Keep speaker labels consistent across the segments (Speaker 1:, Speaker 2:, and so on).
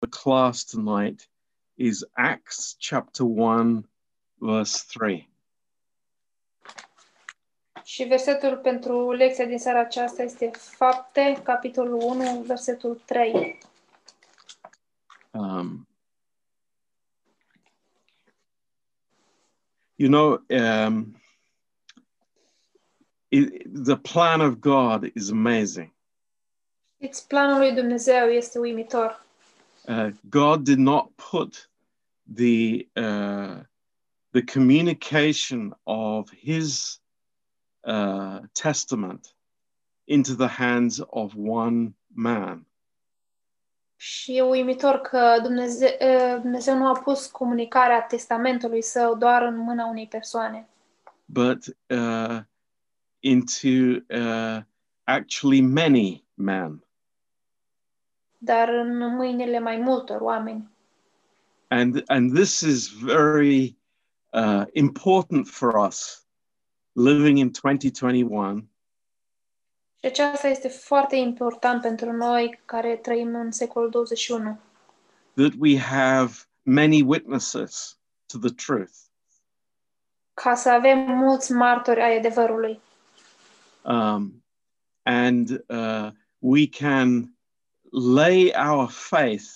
Speaker 1: the class tonight is Acts chapter 1, verse 3.
Speaker 2: Și versetul pentru lecția din seara aceasta este Fapte, capitolul 1, versetul 3.
Speaker 1: Um, you know, um, it- the plan of God is amazing.
Speaker 2: Știți, planul lui Dumnezeu este uimitor.
Speaker 1: Uh, God did not put the uh, the communication of His uh, testament into the hands of one man.
Speaker 2: Și e uimitor că Dumnezeu, Dumnezeu nu a pus comunicarea testamentului său doar în mâna unei persoane,
Speaker 1: but uh, into uh, actually many men.
Speaker 2: dar în mâinile mai multor oameni.
Speaker 1: And, and this is very uh, important for us living in 2021
Speaker 2: Și aceasta este foarte important pentru noi care trăim în secolul 21,
Speaker 1: that we have many witnesses to the truth.
Speaker 2: ca să avem mulți martori ai adevărului.
Speaker 1: Um, and uh, we can lay our faith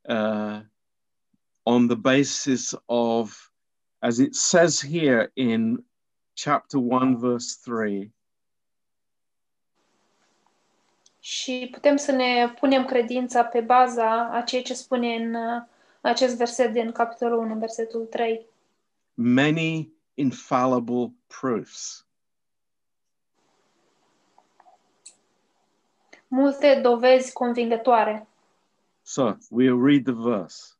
Speaker 1: uh, on the basis of, as it says here in chapter 1, verse 3,
Speaker 2: Și putem să ne punem credința pe baza a ceea ce spune în uh, acest verset din capitolul 1, versetul 3.
Speaker 1: many infallible proofs.
Speaker 2: Multe dovezi convingătoare.
Speaker 1: So we'll read the verse.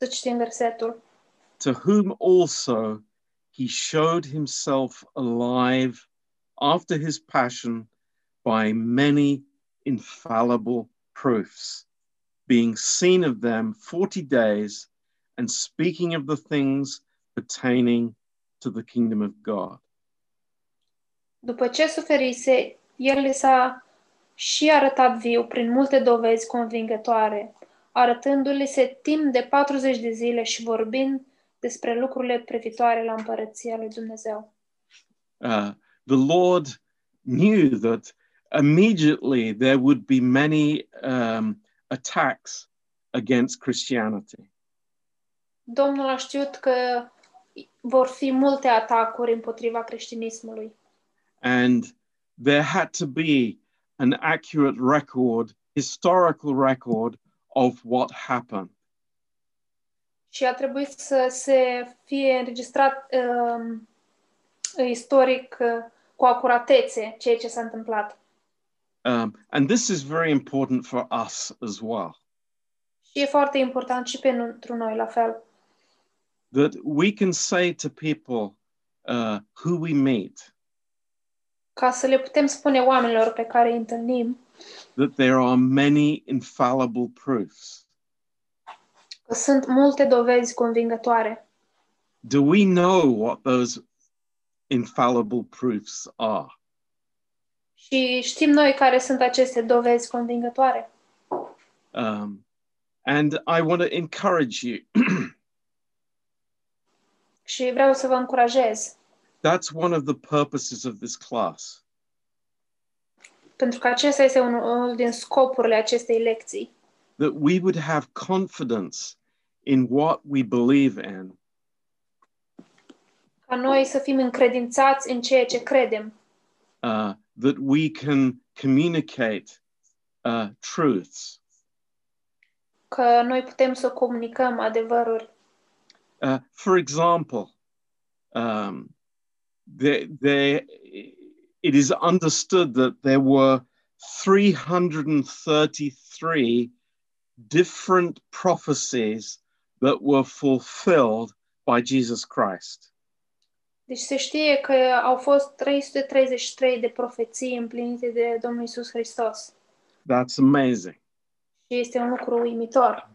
Speaker 2: Să citim versetul.
Speaker 1: to whom also he showed himself alive after his passion by many infallible proofs, being seen of them 40 days and speaking of the things pertaining to the kingdom of God.
Speaker 2: După ce suferise, el li s-a și arătat viu prin multe dovezi convingătoare, arătându-le se timp de 40 de zile și vorbind despre lucrurile privitoare la împărăția lui Dumnezeu.
Speaker 1: Uh, the Lord knew that immediately there would be many um, attacks against Christianity.
Speaker 2: Domnul a știut că vor fi multe atacuri împotriva creștinismului.
Speaker 1: and there had to be an accurate record, historical record of what happened.
Speaker 2: Și a trebuit să se fie înregistrat um, istoric uh, cu acuratețe ceea ce s-a întâmplat.
Speaker 1: Um, and this is very important for us as well
Speaker 2: Și e foarte important și pentru noi la fel.
Speaker 1: that we can say to people uh, who we meet
Speaker 2: Ca să le putem spune oamenilor pe care îi întâlnim
Speaker 1: that there are many infallible proofs.
Speaker 2: că sunt multe dovezi convingătoare.
Speaker 1: Do we know what those infallible proofs are?
Speaker 2: Și știm noi care sunt aceste dovezi convingătoare.
Speaker 1: Um, and I want to encourage you
Speaker 2: Și vreau să vă încurajez,
Speaker 1: that's one of the purposes of this class.
Speaker 2: pentru că acesta este unul, unul din scopurile acestei lecții.
Speaker 1: that we would have confidence in what we believe in
Speaker 2: Ca noi să fim încredințați în ceea ce credem
Speaker 1: uh, that we can communicate uh, truths
Speaker 2: că noi putem să comunicăm adevăruri.
Speaker 1: uh, for example um, there, there, it is understood that there were 333 different prophecies that were fulfilled by jesus christ
Speaker 2: Deci se știe că au fost 333 de profeții împlinite de Domnul Isus Hristos.
Speaker 1: that's amazing
Speaker 2: Și este un lucru uimitor.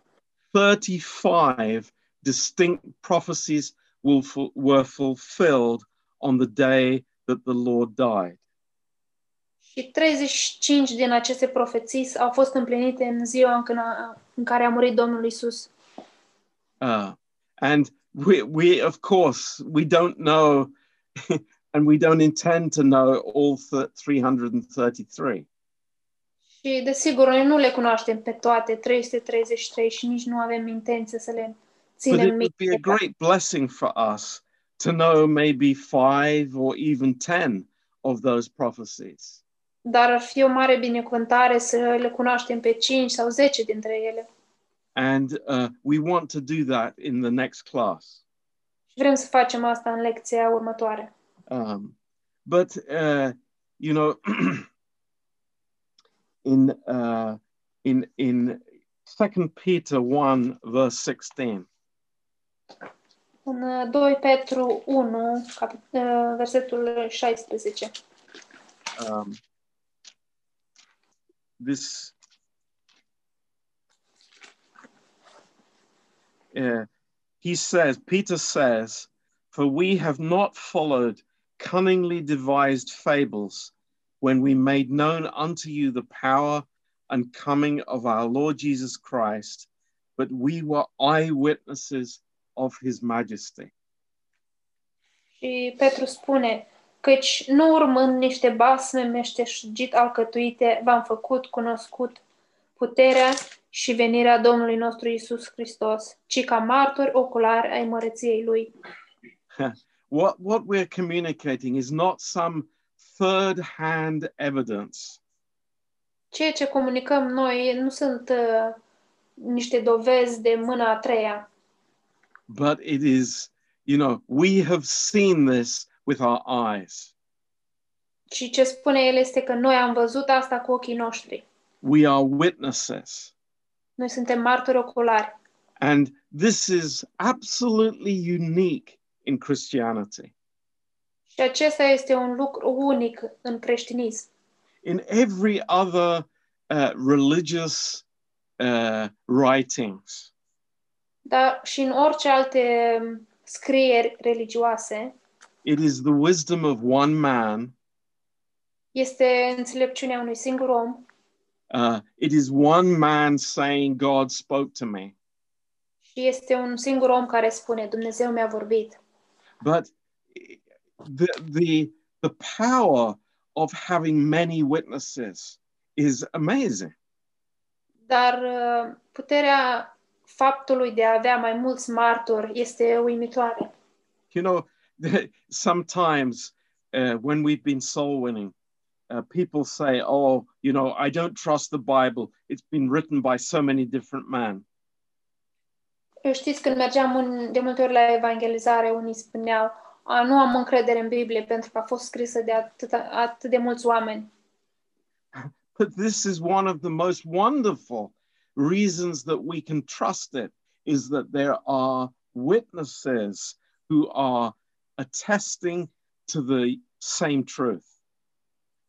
Speaker 1: 35 distinct prophecies will fu- were fulfilled on the day that the Lord died.
Speaker 2: Și 35 din aceste profeții au fost împlinite în ziua în când a în care a murit Domnul Isus.
Speaker 1: Uh, and we, we, of course, we don't know and we don't intend to know all th- 333.
Speaker 2: Și desigur, noi nu le cunoaștem pe toate, 333, și nici nu avem intenție să le
Speaker 1: But it
Speaker 2: ținem
Speaker 1: would be a
Speaker 2: minte.
Speaker 1: great blessing for us to know maybe five or even 10 of those prophecies.
Speaker 2: Dar ar fi o mare binecuvântare să le cunoaștem pe 5 sau 10 dintre ele.
Speaker 1: And uh, we want to do that in the next class.
Speaker 2: Și vrem să facem asta în lecția următoare.
Speaker 1: Um, but, uh, you know, in, uh, in, in 2 Peter 1, verse 16,
Speaker 2: În uh, 2 Petru 1, cap- uh, versetul 16.
Speaker 1: um, this uh, he says peter says for we have not followed cunningly devised fables when we made known unto you the power and coming of our lord jesus christ but we were eyewitnesses of his majesty
Speaker 2: Și Petru spune, căci nu urmând niște basme meșteșugit alcătuite, v-am făcut cunoscut puterea și venirea Domnului nostru Isus Hristos, ci ca martori oculari ai măreției Lui.
Speaker 1: what what we're communicating is not some third hand evidence
Speaker 2: Ceea ce comunicăm noi nu sunt uh, niște dovezi de mâna a treia,
Speaker 1: but it is, you know, we have seen this with our eyes.
Speaker 2: ci ce spune el este că noi am văzut asta cu ochii noștri.
Speaker 1: We are witnesses.
Speaker 2: Noi suntem martori oculari.
Speaker 1: And this is absolutely unique in Christianity.
Speaker 2: Și acesta este un lucru unic în creștinism.
Speaker 1: In every other uh, religious uh, writings,
Speaker 2: dar și în orice alte um, scrieri religioase,
Speaker 1: it is the wisdom of one man,
Speaker 2: este înțelepciunea unui singur om
Speaker 1: uh, it is one man saying, God spoke to me.
Speaker 2: și este un singur om care spune Dumnezeu mi-a vorbit.
Speaker 1: But the, the, the power of having many witnesses is amazing.
Speaker 2: Dar uh, puterea faptului de a avea mai mulți martori este uimitoare.
Speaker 1: You know, sometimes uh, when we've been soul winning, uh, people say, oh, you know, I don't trust the Bible. It's been written by so many different men.
Speaker 2: Știți, când mergeam în, de multe ori la evangelizare, unii spuneau a, nu am încredere în Biblie pentru că a fost scrisă de atât, atât de mulți oameni.
Speaker 1: But this is one of the most wonderful reasons that we can trust it is that there are witnesses who are attesting to the same truth.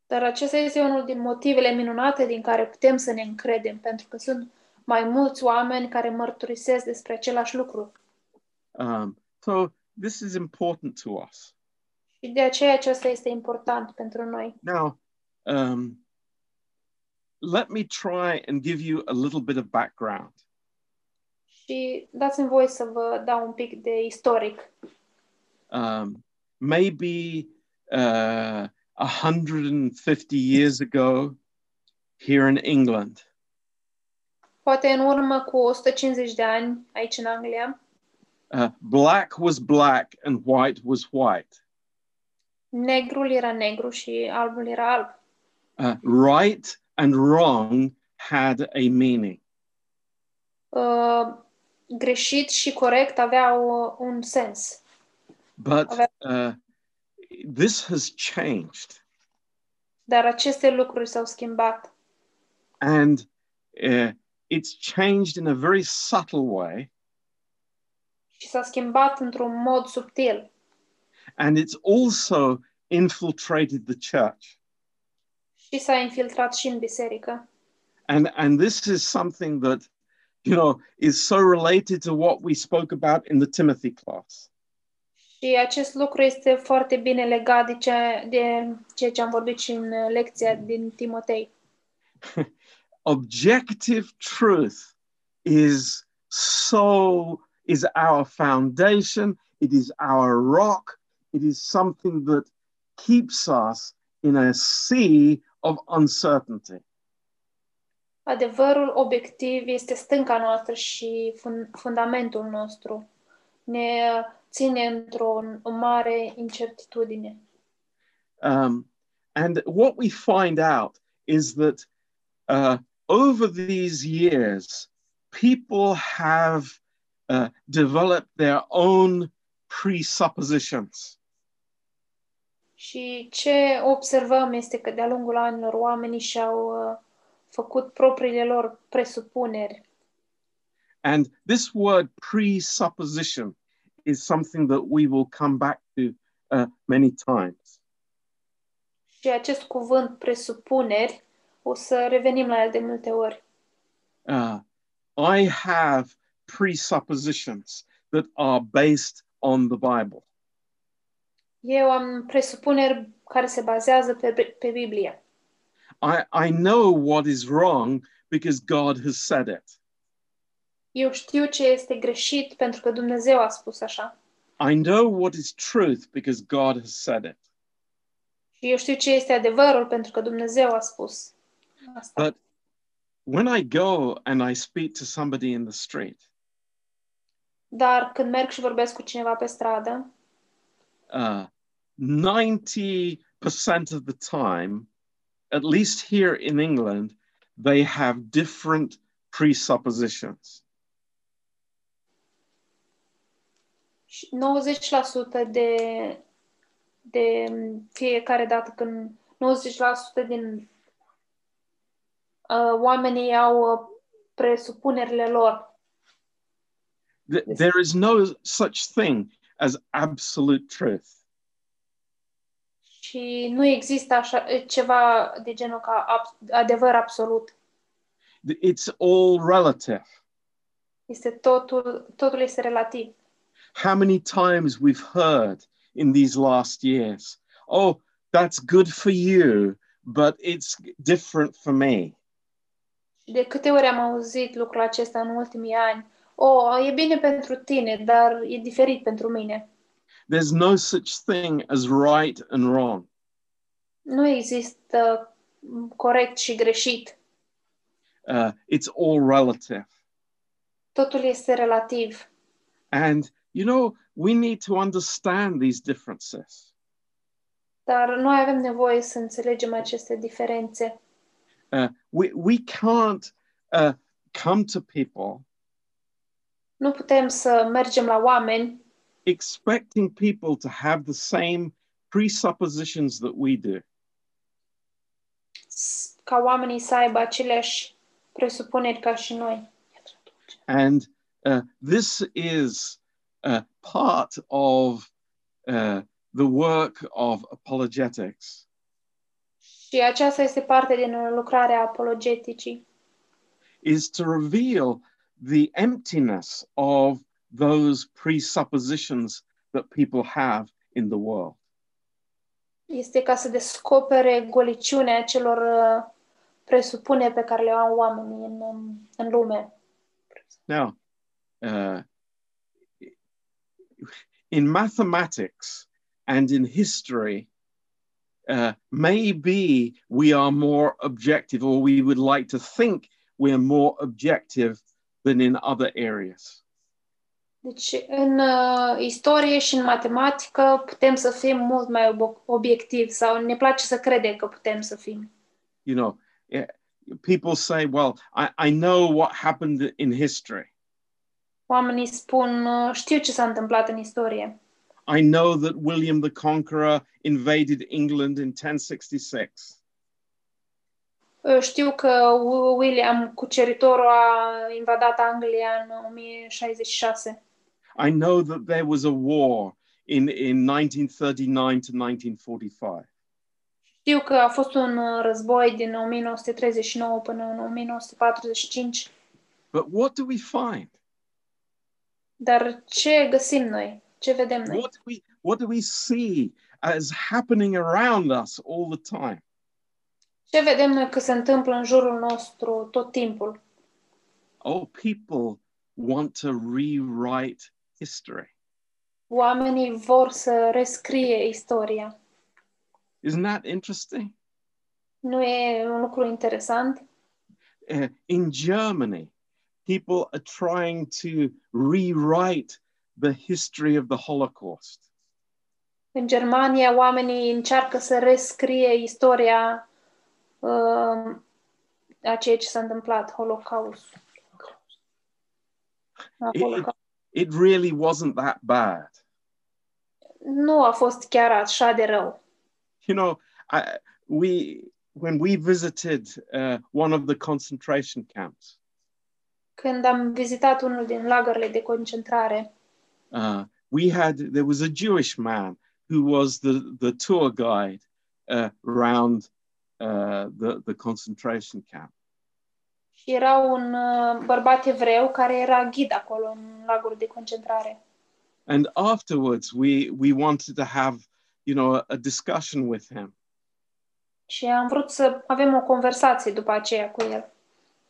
Speaker 2: Dar acesta este unul din motivele minunate din care putem să ne încredem, pentru că sunt mai mulți oameni care mărturisesc despre același lucru.
Speaker 1: Um, so this is important to us.
Speaker 2: Și de aceea acesta este important pentru noi.
Speaker 1: Now, um, let me try and give you a little bit of background.
Speaker 2: Și dați-mi voie să vă dau un pic de istoric.
Speaker 1: Um, maybe uh, 150 years ago here in England,
Speaker 2: Poate în urmă cu 150 de ani aici în Anglia,
Speaker 1: uh, black was black and white was white.
Speaker 2: negrul era negru și albul era alb.
Speaker 1: Uh, right and wrong had a meaning.
Speaker 2: Uh, greșit și corect aveau uh, un sens.
Speaker 1: But
Speaker 2: Okay.
Speaker 1: uh, this has changed.
Speaker 2: Dar aceste lucruri s-au schimbat
Speaker 1: and uh, it's changed in a very subtle way
Speaker 2: și s-a schimbat într-un mod subtil.
Speaker 1: and it's also infiltrated the church
Speaker 2: și s-a infiltrat și în biserică.
Speaker 1: and and this is something that you know is so related to what we spoke about in the timothy class
Speaker 2: Și acest lucru este foarte bine legat de, ce, de ceea ce am vorbit și în uh, lecția din Timotei.
Speaker 1: objective truth is so is our foundation, it is our rock, it is something that keeps us in a sea of uncertainty.
Speaker 2: Adevărul obiectiv este stânca noastră și fun- fundamentul nostru. Ne ține într-o mare incertitudine.
Speaker 1: Um, and what we find out is that uh, over these years, people have uh, developed their own presuppositions.
Speaker 2: Și ce observăm este că de-a lungul anilor oamenii și-au uh, făcut propriile lor presupuneri.
Speaker 1: And this word presupposition is something that we will come back to uh, many times.
Speaker 2: Și acest cuvânt presupuneri o să revenim la el de multe ori.
Speaker 1: Uh, I have presuppositions that are based on the Bible.
Speaker 2: Eu am presupuneri care se bazează pe, pe Biblie.
Speaker 1: I, I know what is wrong because God has said it.
Speaker 2: Eu știu ce este greșit pentru că Dumnezeu a spus așa.
Speaker 1: I know what is truth because God has said it.
Speaker 2: Și eu știu ce este adevărul pentru că Dumnezeu a spus asta.
Speaker 1: But- When I go and I speak to somebody in the street,
Speaker 2: Dar când merg și vorbesc cu cineva pe stradă,
Speaker 1: uh, 90% of the time, at least here in England, they have different presuppositions.
Speaker 2: și 90% de, de fiecare dată când 90% din uh, oamenii au uh, presupunerile lor.
Speaker 1: Th-
Speaker 2: Yes.
Speaker 1: There is no such thing as absolute truth.
Speaker 2: Și nu există așa ceva de genul ca ab- adevăr absolut.
Speaker 1: Th- It's all relative.
Speaker 2: Este totul, totul este relativ.
Speaker 1: How many times we've heard in these last years, oh, that's good for you, but it's different for me.
Speaker 2: Și de câte ori am auzit lucrul acesta în ultimii ani? O, oh, e bine pentru tine, dar e diferit pentru mine.
Speaker 1: There's no such thing as right and wrong.
Speaker 2: Nu există m, corect și greșit.
Speaker 1: Uh, it's all relative.
Speaker 2: Totul este relativ.
Speaker 1: And, you know, we need to understand these differences.
Speaker 2: Dar noi avem nevoie să înțelegem aceste diferențe.
Speaker 1: Uh, we, we can't uh, come to people
Speaker 2: Nu putem să mergem la oameni
Speaker 1: expecting people to have the same presuppositions that we do.
Speaker 2: s- ca oamenii să aibă aceleași presupuneri ca și noi.
Speaker 1: And uh, this is uh, part of uh, the work of apologetics.
Speaker 2: Și aceasta este parte din lucrarea apologeticii,
Speaker 1: is to reveal the emptiness of those presuppositions that people have in the world.
Speaker 2: este ca să descopere goliciunea celor uh, presupuneri pe care le au oamenii în, în, în lume.
Speaker 1: Now, uh, in mathematics and in history, uh, maybe we are more objective, or we would like to think we're more objective than in other areas.
Speaker 2: Deci, în uh, istorie și în matematică putem să fim mult mai obo- obiectivi sau ne place să credem că putem să fim.
Speaker 1: You know, eh, people say, Well, I, I know what happened in history.
Speaker 2: Oamenii spun, uh, știu ce s-a întâmplat în istorie.
Speaker 1: I know that William the Conqueror invaded England in 1066.
Speaker 2: Uh, Știu că Wi- William Cuceritorul a invadat Anglia în 1066.
Speaker 1: I know that there was a war in, in 1939 to 1945.
Speaker 2: Știu că a fost un uh, război din 1939 până în 1945,
Speaker 1: But what do we find?
Speaker 2: dar ce găsim noi? Ce vedem noi?
Speaker 1: What do we, what do we see as happening around us all the time?
Speaker 2: Ce vedem noi că se întâmplă în jurul nostru tot timpul?
Speaker 1: oh, people want to rewrite history.
Speaker 2: Oamenii vor să rescrie istoria.
Speaker 1: Isn't that interesting?
Speaker 2: Nu e un lucru interesant?
Speaker 1: Uh, in Germany, people are trying to rewrite the history of the Holocaust.
Speaker 2: În Germania, oamenii încearcă să rescrie istoria uh, a ceea ce s-a întâmplat, Holocaust. A
Speaker 1: It-
Speaker 2: Holocaust.
Speaker 1: It really wasn't that bad.
Speaker 2: Nu a fost chiar așa de rău.
Speaker 1: You know, I, we when we visited uh, one of the concentration camps,
Speaker 2: Când am vizitat unul din lagărele de concentrare,
Speaker 1: uh, we had there was a Jewish man who was the the tour guide uh, around uh, the the concentration camp.
Speaker 2: Și era un uh, bărbat evreu care era ghid acolo în lagul de concentrare.
Speaker 1: And afterwards, we we wanted to have you know a, a discussion with him.
Speaker 2: Și am vrut să avem o conversație după aceea cu el.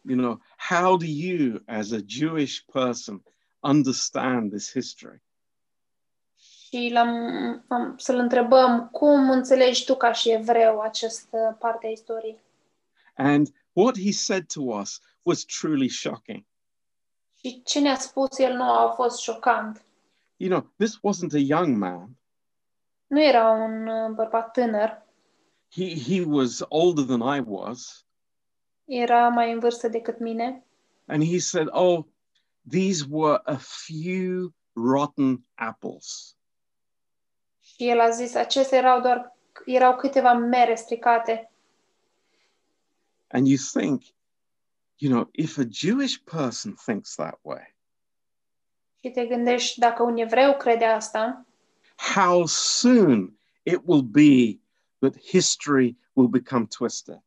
Speaker 1: You know, how do you, as a Jewish person, understand this history?
Speaker 2: Și l-am, am, să-l întrebăm cum înțelegi tu ca și evreu această parte a istoriei.
Speaker 1: And what he said to us was truly shocking.
Speaker 2: Și ce ne-a spus el nou a fost șocant.
Speaker 1: You know, this wasn't a young man.
Speaker 2: Nu era un uh, bărbat tânăr,
Speaker 1: He he was older than I was,
Speaker 2: era mai în vârstă decât mine
Speaker 1: and he said, "Oh, these were a few rotten apples."
Speaker 2: și el a zis, acestea erau doar erau câteva mere stricate.
Speaker 1: And you think, you know, if a Jewish person thinks that way,
Speaker 2: Și te gândești, dacă un evreu crede asta,
Speaker 1: how soon it will be that history will become twisted.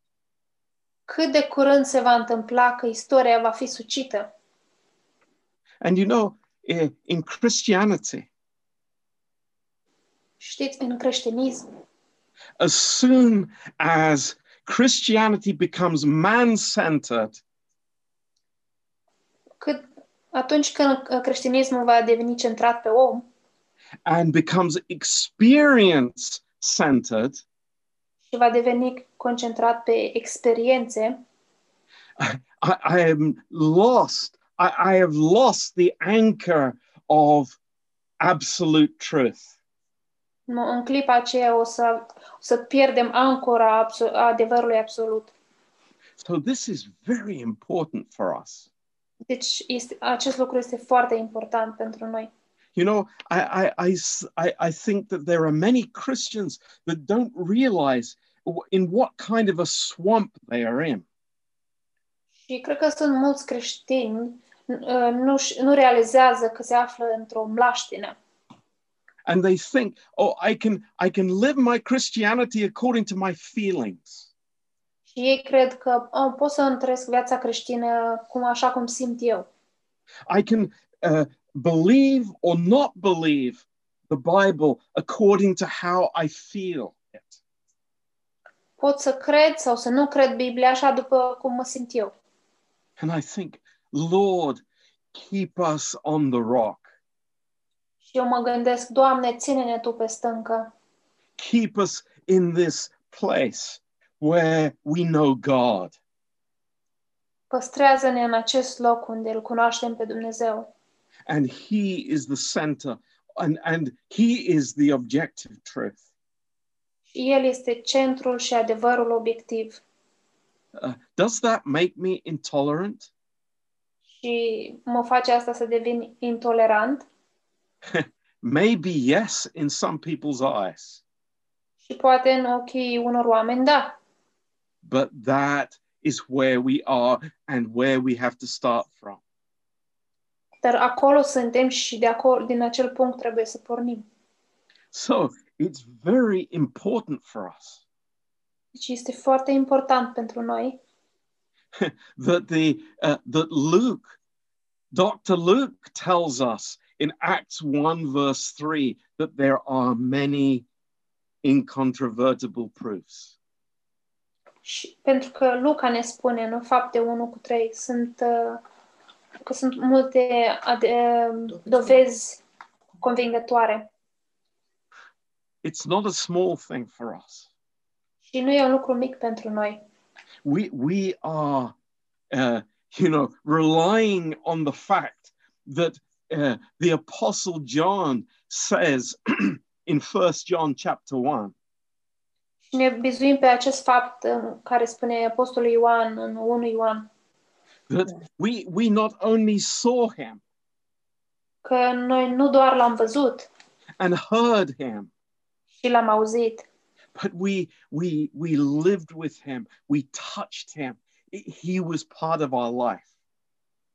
Speaker 2: cât de curând se va întâmpla că istoria va fi sucită.
Speaker 1: And you know, eh, in Christianity,
Speaker 2: Știți, în creștinism,
Speaker 1: as soon as Christianity becomes man centered,
Speaker 2: cât atunci când uh, creștinismul va deveni centrat pe om
Speaker 1: and becomes experience centered,
Speaker 2: și va deveni concentrat pe experiențe,
Speaker 1: I, I am lost. I, I have lost the anchor of absolute truth.
Speaker 2: în în clipa aceea o să, o să pierdem ancora abso- a adevărului absolut.
Speaker 1: So, this is very important for us.
Speaker 2: Deci este, acest lucru este foarte important pentru noi.
Speaker 1: You know, I, I- I s- I- I think that there are many Christians that don't realize w- in what kind of a swamp they are in.
Speaker 2: Și cred că sunt mulți creștini uh, nu, ș- nu realizează că se află într-o mlaștină.
Speaker 1: And they think, oh, I can, I can live my Christianity according to my feelings.
Speaker 2: Și ei cred că oh, pot să îmi trăiesc viața creștină cum, așa cum simt eu.
Speaker 1: I can uh, believe or not believe the Bible according to how I feel it.
Speaker 2: Pot să cred sau să nu cred Biblia așa după cum mă simt eu.
Speaker 1: And I think, Lord, keep us on the rock,
Speaker 2: Și eu mă gândesc, Doamne, ține-ne Tu pe stâncă.
Speaker 1: keep us in this place where we know God.
Speaker 2: Păstrează-ne în acest loc unde îl cunoaștem pe Dumnezeu.
Speaker 1: and he is the center and and he is the objective truth
Speaker 2: Și El este centrul și adevărul obiectiv.
Speaker 1: Uh, does that make me intolerant
Speaker 2: Și mă face asta să devin intolerant.
Speaker 1: maybe yes in some people's eyes
Speaker 2: Și poate în ochii unor oameni, da.
Speaker 1: but that is where we are and where we have to start from
Speaker 2: Dar acolo suntem și de acolo, din acel punct trebuie să pornim.
Speaker 1: so it's very important for us
Speaker 2: Deci este foarte important pentru noi
Speaker 1: that the uh, that luke dr luke tells us in acts 1 verse 3 that there are many incontrovertible proofs
Speaker 2: Și pentru că Luca ne spune în fapte 1 cu 3, sunt uh, că sunt multe ade- dovezi convingătoare.
Speaker 1: It's not a small thing for us.
Speaker 2: Și nu e un lucru mic pentru noi.
Speaker 1: We, we are, uh, you know, relying on the fact that uh, the Apostle John says in First John chapter 1
Speaker 2: Și ne bizuim pe acest fapt în care spune Apostolul Ioan în 1 Ioan,
Speaker 1: that we, we not only saw him
Speaker 2: că noi nu doar l-am văzut
Speaker 1: and heard him,
Speaker 2: și l-am auzit,
Speaker 1: but we we we lived with him we touched him I- he was part of our life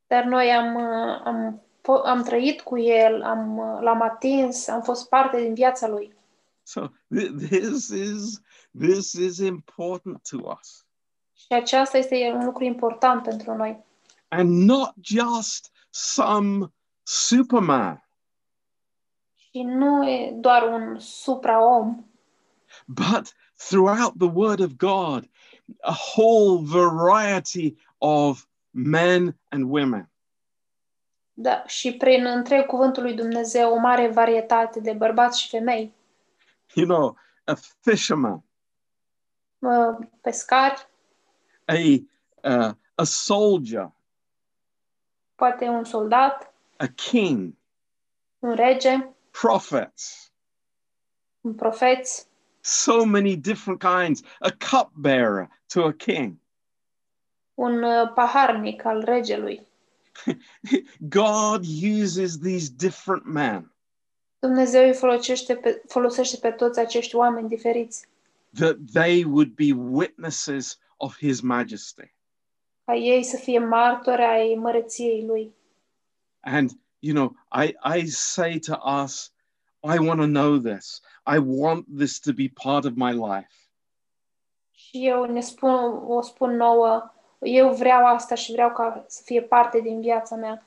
Speaker 2: dar noi am, uh, am, fo- am trăit cu el, am, uh, l-am atins, am fost parte din viața lui.
Speaker 1: so th- this is this is important to us
Speaker 2: Și aceasta este un lucru important pentru noi.
Speaker 1: and not just some superman
Speaker 2: Și nu e doar un supraom,
Speaker 1: but throughout the word of god a whole variety of men and women
Speaker 2: dar da, și prin întreg cuvântul lui Dumnezeu o mare varietate de bărbați și femei,
Speaker 1: you know a fisherman
Speaker 2: uh, pescari,
Speaker 1: a uh, a soldier
Speaker 2: poate un soldat,
Speaker 1: a king
Speaker 2: un rege,
Speaker 1: prophets
Speaker 2: un profeț,
Speaker 1: so many different kinds a cupbearer to a king
Speaker 2: un uh, paharnic al regelui.
Speaker 1: god uses these different men
Speaker 2: Dumnezeu îi folosește pe, folosește pe toți acești oameni diferiți
Speaker 1: that they would be witnesses of his majesty
Speaker 2: ca ei să fie martori ai măreției lui.
Speaker 1: and you know i i say to us i want to know this i want this to be part of my life
Speaker 2: Și eu ne spun, o spun nouă, eu vreau asta și vreau ca să fie parte din viața mea.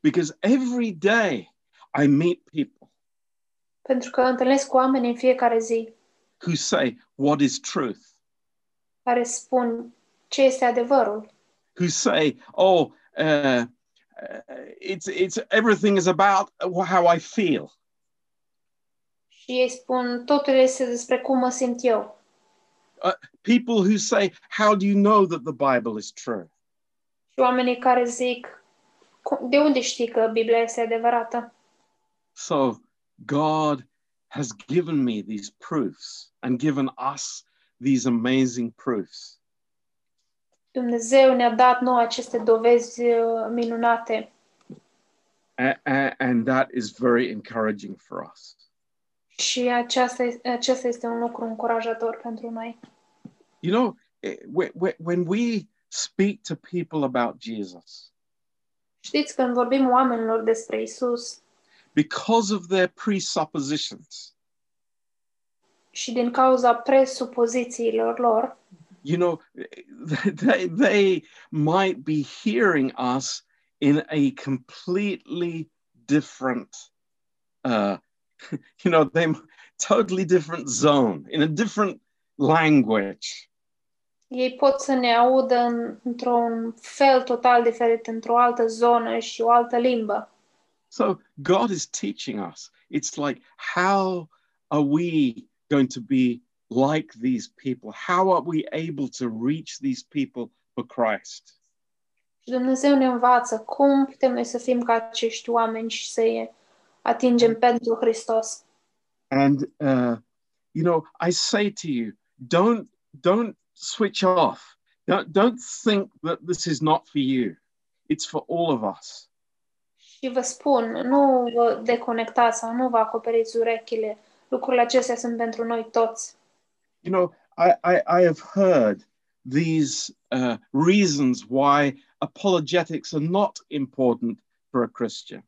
Speaker 1: because every day i meet people
Speaker 2: Pentru că întâlnesc cu oameni în fiecare zi
Speaker 1: who say what is truth
Speaker 2: care spun ce este adevărul,
Speaker 1: who say, "Oh, uh, uh, it's it's everything is about how I feel,"
Speaker 2: Și ei spun, totul este despre cum mă simt eu.
Speaker 1: people who say, "How do you know that the Bible is true?"
Speaker 2: Și oamenii care zic, "Cu- de unde știi că Biblia este adevărată?
Speaker 1: So God has given me these proofs and given us these amazing proofs.
Speaker 2: Dumnezeu ne-a dat nouă aceste dovezi uh, minunate
Speaker 1: A- a- and that is very encouraging for us.
Speaker 2: și aceasta, e- acesta este un lucru încurajator pentru noi.
Speaker 1: You know, eh, whe- whe- when we speak to people about Jesus,
Speaker 2: Știți, când vorbim oamenilor despre Isus
Speaker 1: because of their presuppositions,
Speaker 2: și din cauza presupozițiilor lor,
Speaker 1: you know they they might be hearing us in a completely different uh you know they totally different zone in a different language
Speaker 2: ei pot să ne audă în, într-un fel total diferit, într-o altă zonă și o altă limbă.
Speaker 1: so god is teaching us it's like how are we going to be like these people how are we able to reach these people for christ
Speaker 2: Și Dumnezeu ne învață cum putem noi să fim ca acești oameni și să îi atingem pentru Hristos.
Speaker 1: and uh, you know i say to you don't don't switch off don't, don't think that this is not for you it's for all of us
Speaker 2: Și vă spun, nu vă deconectați sau nu vă acoperiți urechile. Lucrurile acestea sunt pentru noi toți.
Speaker 1: you know i i, I have heard these uh, reasons why apologetics are not important for a christian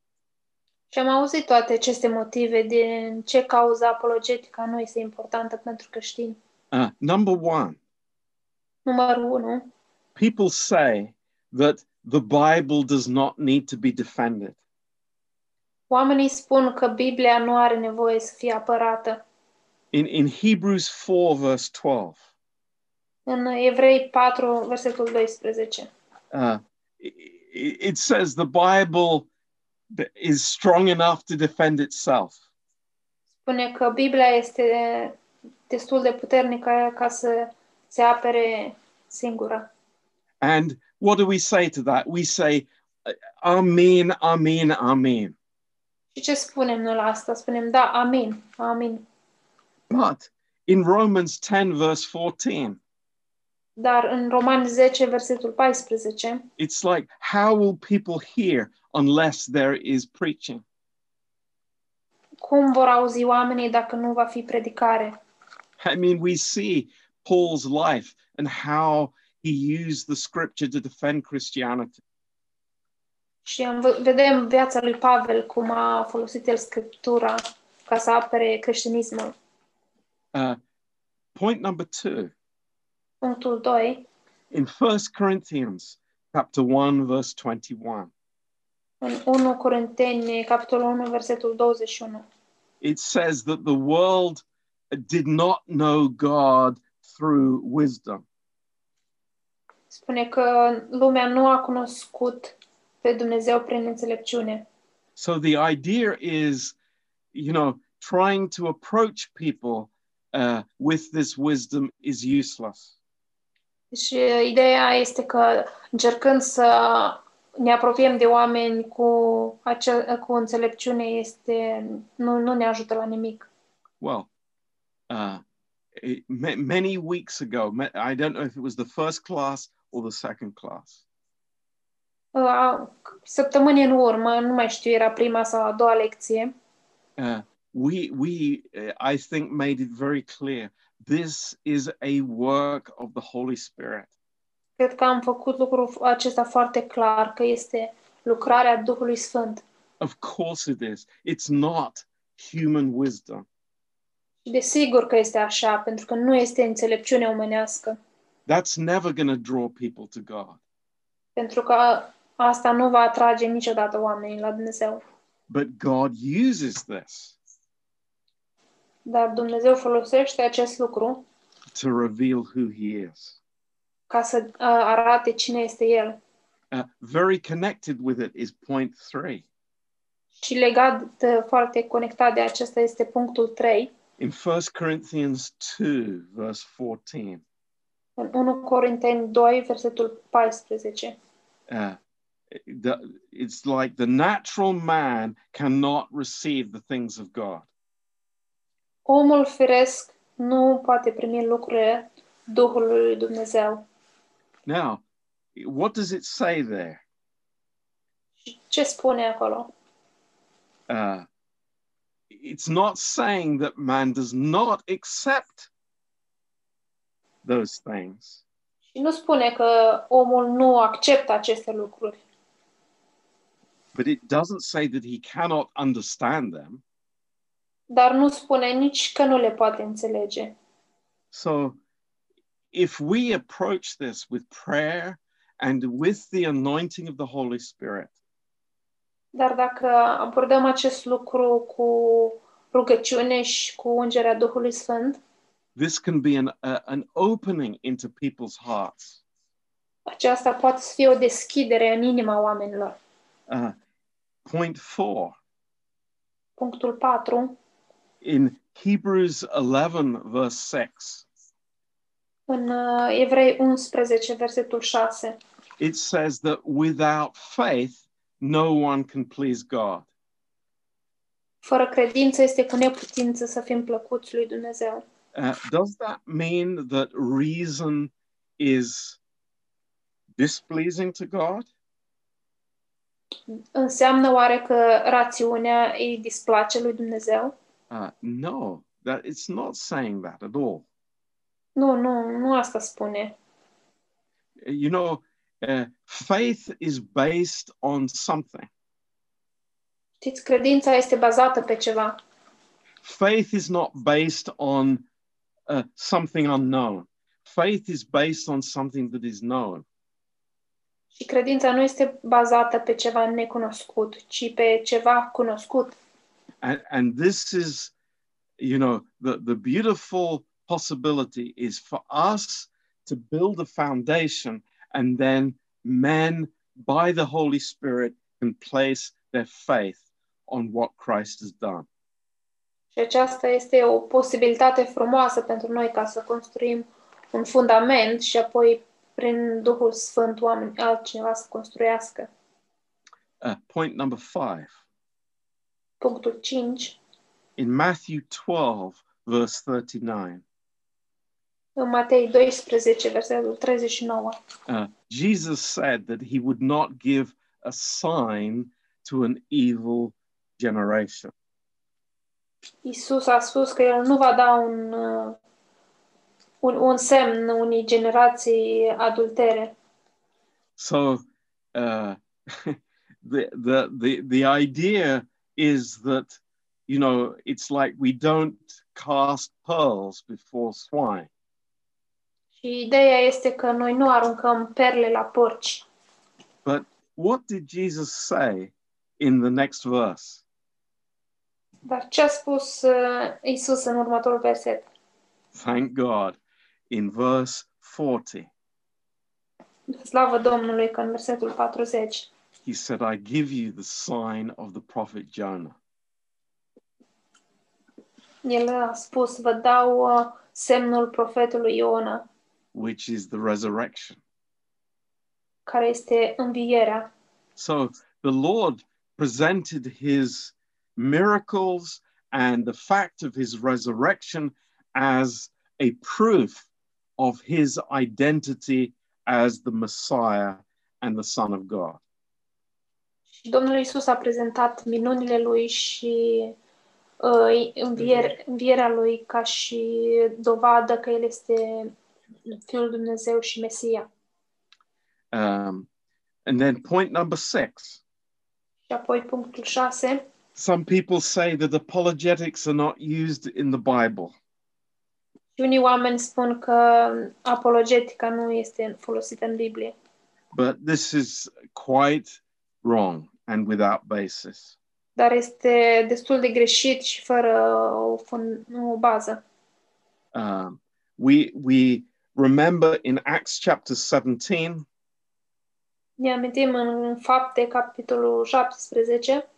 Speaker 2: Și am auzit toate aceste motive din ce cauza apologetica nu este importantă pentru creștini.
Speaker 1: uh, number one
Speaker 2: Numărul 1.
Speaker 1: people say that the bible does not need to be defended
Speaker 2: Oamenii spun că Biblia nu are nevoie să fie apărată.
Speaker 1: in in hebrews 4 verse 12
Speaker 2: În Evrei 4, versetul 12.
Speaker 1: uh, it it says the Bible is strong enough to defend itself.
Speaker 2: Spune că Biblia este destul de puternică ca să se apere singură.
Speaker 1: And what do we say to that? We say, uh, Amen, Amen, Amen.
Speaker 2: Și ce spunem noi la asta? Spunem, da, amin, amin.
Speaker 1: But in Romans 10, verse 14,
Speaker 2: Dar în Romani 10, versetul 14,
Speaker 1: it's like, how will people hear unless there is preaching?
Speaker 2: cum vor auzi oamenii dacă nu va fi predicare?
Speaker 1: I mean, we see Paul's life and how he used the scripture to defend Christianity.
Speaker 2: Și am v- vedem viața lui Pavel, cum a folosit el Scriptura ca să apere creștinismul.
Speaker 1: Uh, point number two
Speaker 2: Punctul 2,
Speaker 1: in First Corinthians chapter 1, verse 21,
Speaker 2: în 1 Corinteni, capitolul 1, versetul 21.
Speaker 1: it says that the world did not know God through wisdom.
Speaker 2: Spune că lumea nu a cunoscut pe Dumnezeu prin înțelepciune.
Speaker 1: So the idea is, you know, trying to approach people uh, with this wisdom is useless.
Speaker 2: Și uh, ideea este că încercând să ne apropiem de oameni cu, acel, cu înțelepciune este, nu, nu ne ajută la nimic.
Speaker 1: Well, uh, it- ma- many weeks ago, ma- I don't know if it was the first class or the second class,
Speaker 2: Uh, a- Săptămâni în urmă, nu mai știu, era prima sau a doua lecție,
Speaker 1: uh, we we uh, I think made it very clear this is a work of the Holy Spirit.
Speaker 2: cred că am făcut lucrul acesta foarte clar, că este lucrarea Duhului Sfânt.
Speaker 1: Of course it is. It's not human wisdom.
Speaker 2: Și desigur că este așa, pentru că nu este înțelepciune omenească,
Speaker 1: That's never going to draw people to God.
Speaker 2: pentru că asta nu va atrage niciodată oamenii la Dumnezeu.
Speaker 1: But God uses this
Speaker 2: Dar Dumnezeu folosește acest lucru
Speaker 1: to reveal who He is.
Speaker 2: ca să uh, arate cine este El.
Speaker 1: Uh, very connected with it is point three.
Speaker 2: Și legat, uh, foarte conectat de acesta, este punctul 3,
Speaker 1: in 1 Corinthians 2, verse 14,
Speaker 2: în 1 Corinteni 2, versetul 14.
Speaker 1: uh, the- it's like the natural man cannot receive the things of God.
Speaker 2: Omul firesc nu poate primi lucrurile Duhului lui Dumnezeu.
Speaker 1: Now, what does it say there?
Speaker 2: Și ce spune acolo?
Speaker 1: Uh, it's not saying that man does not accept those things,
Speaker 2: Și nu spune că omul nu acceptă aceste lucruri,
Speaker 1: but it doesn't say that he cannot understand them.
Speaker 2: dar nu spune nici că nu le poate înțelege.
Speaker 1: So, if we approach this with prayer and with the anointing of the Holy Spirit,
Speaker 2: Dar dacă abordăm acest lucru cu rugăciune și cu ungerea Duhului Sfânt,
Speaker 1: this can be an, a, an opening into people's hearts.
Speaker 2: aceasta poate să fie o deschidere în inima oamenilor.
Speaker 1: Uh, point four
Speaker 2: Punctul 4,
Speaker 1: in Hebrews 11, verse 6,
Speaker 2: în uh, Evrei 11, versetul 6.
Speaker 1: it says that without faith, no one can please God.
Speaker 2: Fără credință este cu neputință să fim plăcuți lui Dumnezeu.
Speaker 1: Uh, does that mean that reason is displeasing to God?
Speaker 2: Înseamnă oare că rațiunea îi displace lui Dumnezeu?
Speaker 1: Uh, no, that it's not saying that at all.
Speaker 2: Nu, nu, nu asta spune.
Speaker 1: You know, uh, faith is based on something.
Speaker 2: Știți, credința este bazată pe ceva.
Speaker 1: faith is not based on uh, something unknown. Faith is based on something that is known.
Speaker 2: Și credința nu este bazată pe ceva necunoscut, ci pe ceva cunoscut.
Speaker 1: And, and this is, you know, the, the beautiful possibility is for us to build a foundation and then men by the Holy Spirit can place their faith on what Christ has done.
Speaker 2: Și aceasta este o posibilitate frumoasă pentru noi ca să construim un fundament și apoi prin Duhul Sfânt oameni altcineva să construiască.
Speaker 1: Uh, point number five
Speaker 2: Punctul 5,
Speaker 1: in Matthew 12, verse 39,
Speaker 2: în Matei 12, versetul 39.
Speaker 1: uh, Jesus said that he would not give a sign to an evil generation.
Speaker 2: Isus a spus că el nu va da un, uh, un, un semn unei generații adultere.
Speaker 1: So uh, the, the the the idea is that you know it's like we don't cast pearls before swine.
Speaker 2: Și ideea este că noi nu aruncăm perle la porci.
Speaker 1: What did Jesus say in the next verse?
Speaker 2: Dar ce a spus uh, Isus în următorul verset?
Speaker 1: Thank God. In verse 40,
Speaker 2: Slavă Domnului că în versetul 40
Speaker 1: he said, I give you the sign of the prophet Jonah.
Speaker 2: el a spus, vă dau uh, semnul profetului Iona,
Speaker 1: which is the resurrection.
Speaker 2: care este învierea.
Speaker 1: So the Lord presented his miracles and the fact of his resurrection as a proof of his identity as the Messiah and the Son of God.
Speaker 2: Și Domnul Isus a prezentat minunile lui și uh, învier, învierea lui ca și dovadă că el este Fiul lui Dumnezeu și Mesia.
Speaker 1: Um, and then point number six.
Speaker 2: Și apoi punctul 6.
Speaker 1: Some people say that apologetics are not used in the Bible.
Speaker 2: Și unii oameni spun că apologetica nu este folosită în Biblie.
Speaker 1: But this is quite wrong and without basis.
Speaker 2: dar este destul de greșit și fără o, fun- o bază.
Speaker 1: Um, we we remember in Acts chapter 17
Speaker 2: Ne amintim în fapte, capitolul 17,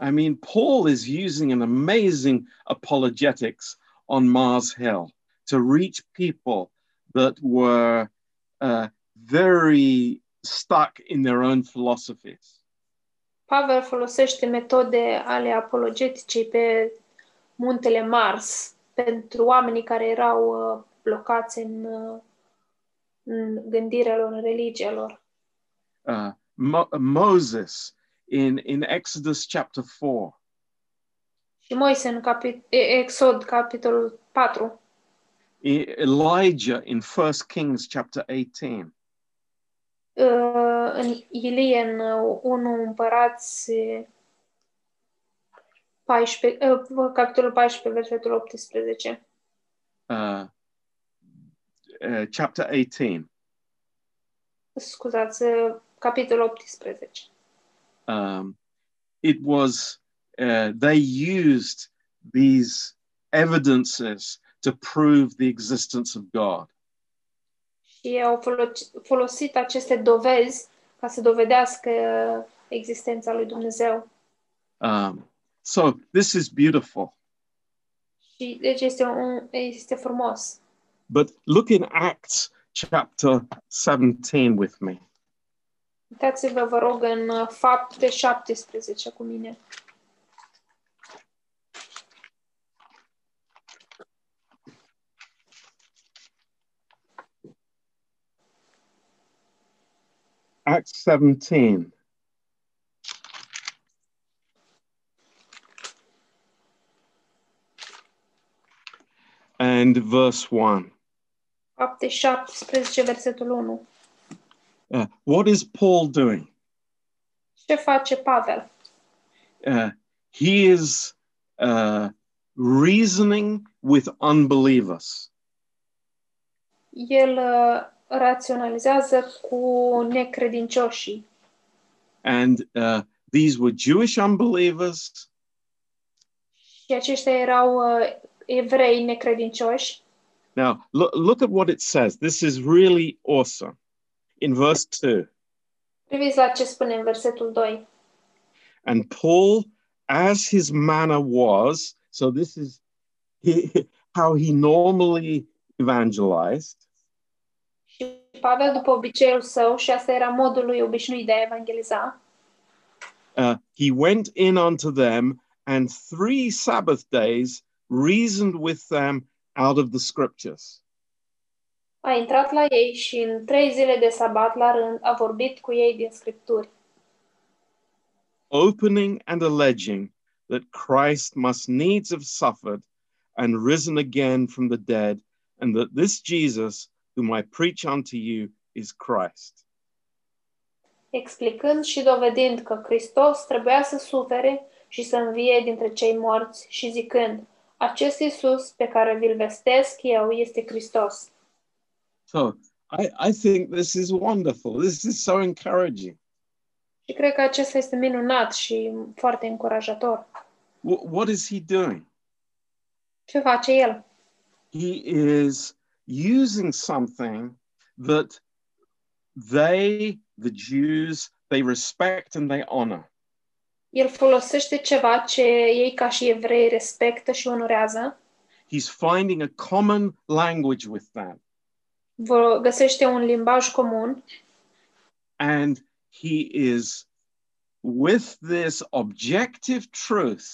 Speaker 1: I mean, Paul is using an amazing apologetics on Mars Hill to reach people that were uh, very stuck in their own philosophies.
Speaker 2: Pavel folosește metode ale apologeticii pe muntele Mars pentru oamenii care erau uh, blocați în, uh, în gândirea lor, în religia lor.
Speaker 1: Uh, Mo- Moses in, in Exodus chapter 4,
Speaker 2: Și Moise în capi- e- Exod, capitolul 4,
Speaker 1: E- Elijah in 1 Kings chapter 18,
Speaker 2: uh, în Ilie, în uh, 1 împărați, uh, 14, uh, capitolul 14, versetul 18,
Speaker 1: uh, uh, chapter 18.
Speaker 2: scuzați, uh, capitolul 18.
Speaker 1: um, it was uh, they used these evidences to prove the existence of God.
Speaker 2: Și ei au folo- folosit aceste dovezi ca să dovedească uh, existența lui Dumnezeu.
Speaker 1: Um, so this is beautiful.
Speaker 2: Și deci este, un, este frumos.
Speaker 1: But look in Acts chapter 17 with me.
Speaker 2: Uitați-vă, vă rog, în uh, fapte 17 cu mine.
Speaker 1: Acts 17. And verse 1.
Speaker 2: Fapte 17, versetul 1.
Speaker 1: Uh, what is Paul doing?
Speaker 2: Ce face Pavel?
Speaker 1: uh, he is uh, reasoning with unbelievers.
Speaker 2: el uh, raționalizează cu necredincioșii.
Speaker 1: And uh, these were Jewish unbelievers
Speaker 2: Și aceștia erau uh, evrei necredincioși.
Speaker 1: Now, look, look at what it says. This is really awesome. In verse 2,
Speaker 2: Priviți la ce spune în versetul 2.
Speaker 1: And Paul, as his manner was, so this is he- how he normally evangelized,
Speaker 2: Și Pavel, după obiceiul său, și asta era modul lui obișnuit de a evangeliza,
Speaker 1: uh, he went in unto them and three Sabbath days reasoned with them out of the scriptures.
Speaker 2: a intrat la ei și în trei zile de sabat la rând a vorbit cu ei din Scripturi,
Speaker 1: opening and alleging that Christ must needs have suffered and risen again from the dead, and that this Jesus, whom I preach unto you, is Christ.
Speaker 2: explicând și dovedind că Hristos trebuia să sufere și să învie dintre cei morți și zicând, acest Iisus pe care vi-l vestesc eu este Hristos.
Speaker 1: So I, I think this is wonderful. This is so encouraging.
Speaker 2: Și cred că acesta este minunat și foarte încurajator.
Speaker 1: Wh- what is he doing?
Speaker 2: Ce face el?
Speaker 1: He is using something that they, the Jews, they respect and they honor.
Speaker 2: El folosește ceva ce ei ca și evrei respectă și onorează,
Speaker 1: He's finding a common language with them.
Speaker 2: vă găsește un limbaj comun
Speaker 1: And he is with this objective truth,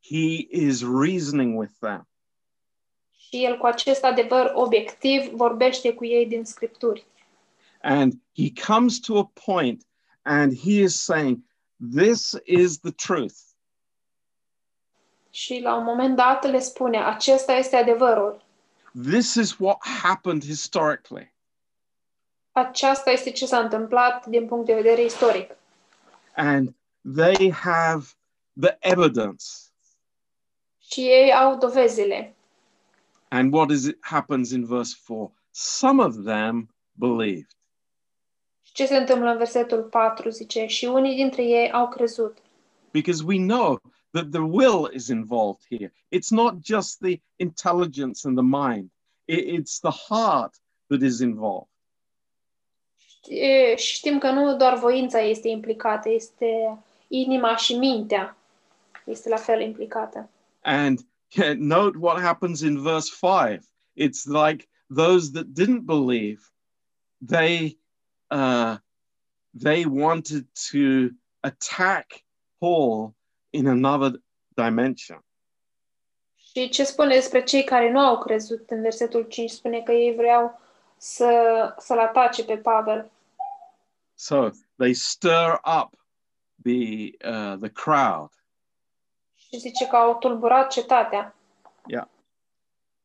Speaker 1: he is reasoning with them.
Speaker 2: și el cu acest adevăr obiectiv vorbește cu ei din scripturi.
Speaker 1: And he comes to a point and he is saying, This is the truth.
Speaker 2: Și la un moment dat le spune, acesta este adevărul,
Speaker 1: This is what happened historically.
Speaker 2: aceasta este ce s-a întâmplat din punct de vedere istoric.
Speaker 1: And they have the evidence.
Speaker 2: Și ei au dovezile.
Speaker 1: And what is it happens in verse 4? Some of them believed.
Speaker 2: Și ce se întâmplă în versetul 4, zice, și unii dintre ei au crezut.
Speaker 1: because we know that the will is involved here. It's not just the intelligence and the mind, I- it's the heart that is involved.
Speaker 2: E, și știm că nu doar voința este implicată, este inima și mintea este la fel implicată.
Speaker 1: And yeah, note what happens in verse 5. It's like those that didn't believe, they, uh, they wanted to attack Paul in another dimension.
Speaker 2: Și ce spune despre cei care nu au crezut în versetul 5? Spune că ei vreau să, să-l atace pe Pavel.
Speaker 1: So they stir up the, uh, the crowd.
Speaker 2: Și zice că au tulburat cetatea.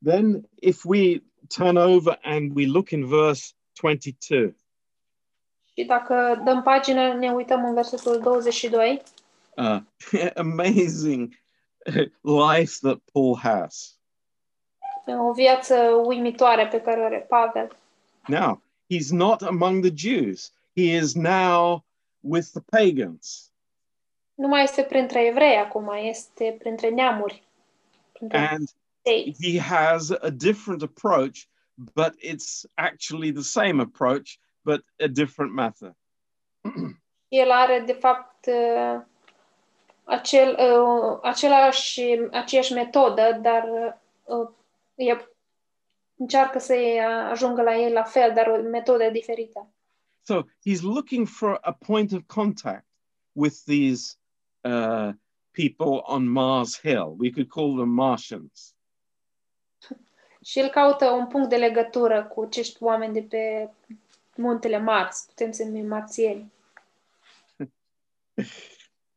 Speaker 1: Then, if we turn over and we look in verse 22,
Speaker 2: Și dacă dăm pagină, ne uităm în versetul 22.
Speaker 1: uh, amazing uh, life that Paul has.
Speaker 2: O viață uimitoare pe care o are Pavel.
Speaker 1: Now, he's not among the Jews, he is now with the pagans.
Speaker 2: Nu mai este printre evrei acum, este printre neamuri. Printre
Speaker 1: And
Speaker 2: ei.
Speaker 1: he has a different approach, but it's actually the same approach, but a different method.
Speaker 2: El are, de fapt, uh, acel, uh, același, aceeași metodă, dar uh, e, încearcă să ajungă la el la fel, dar o metodă diferită.
Speaker 1: So he's looking for a point of contact with these uh, people on Mars Hill. We could call them Martians.
Speaker 2: Și el caută un punct de legătură cu acești oameni de pe muntele Mars, putem să numim marțieni.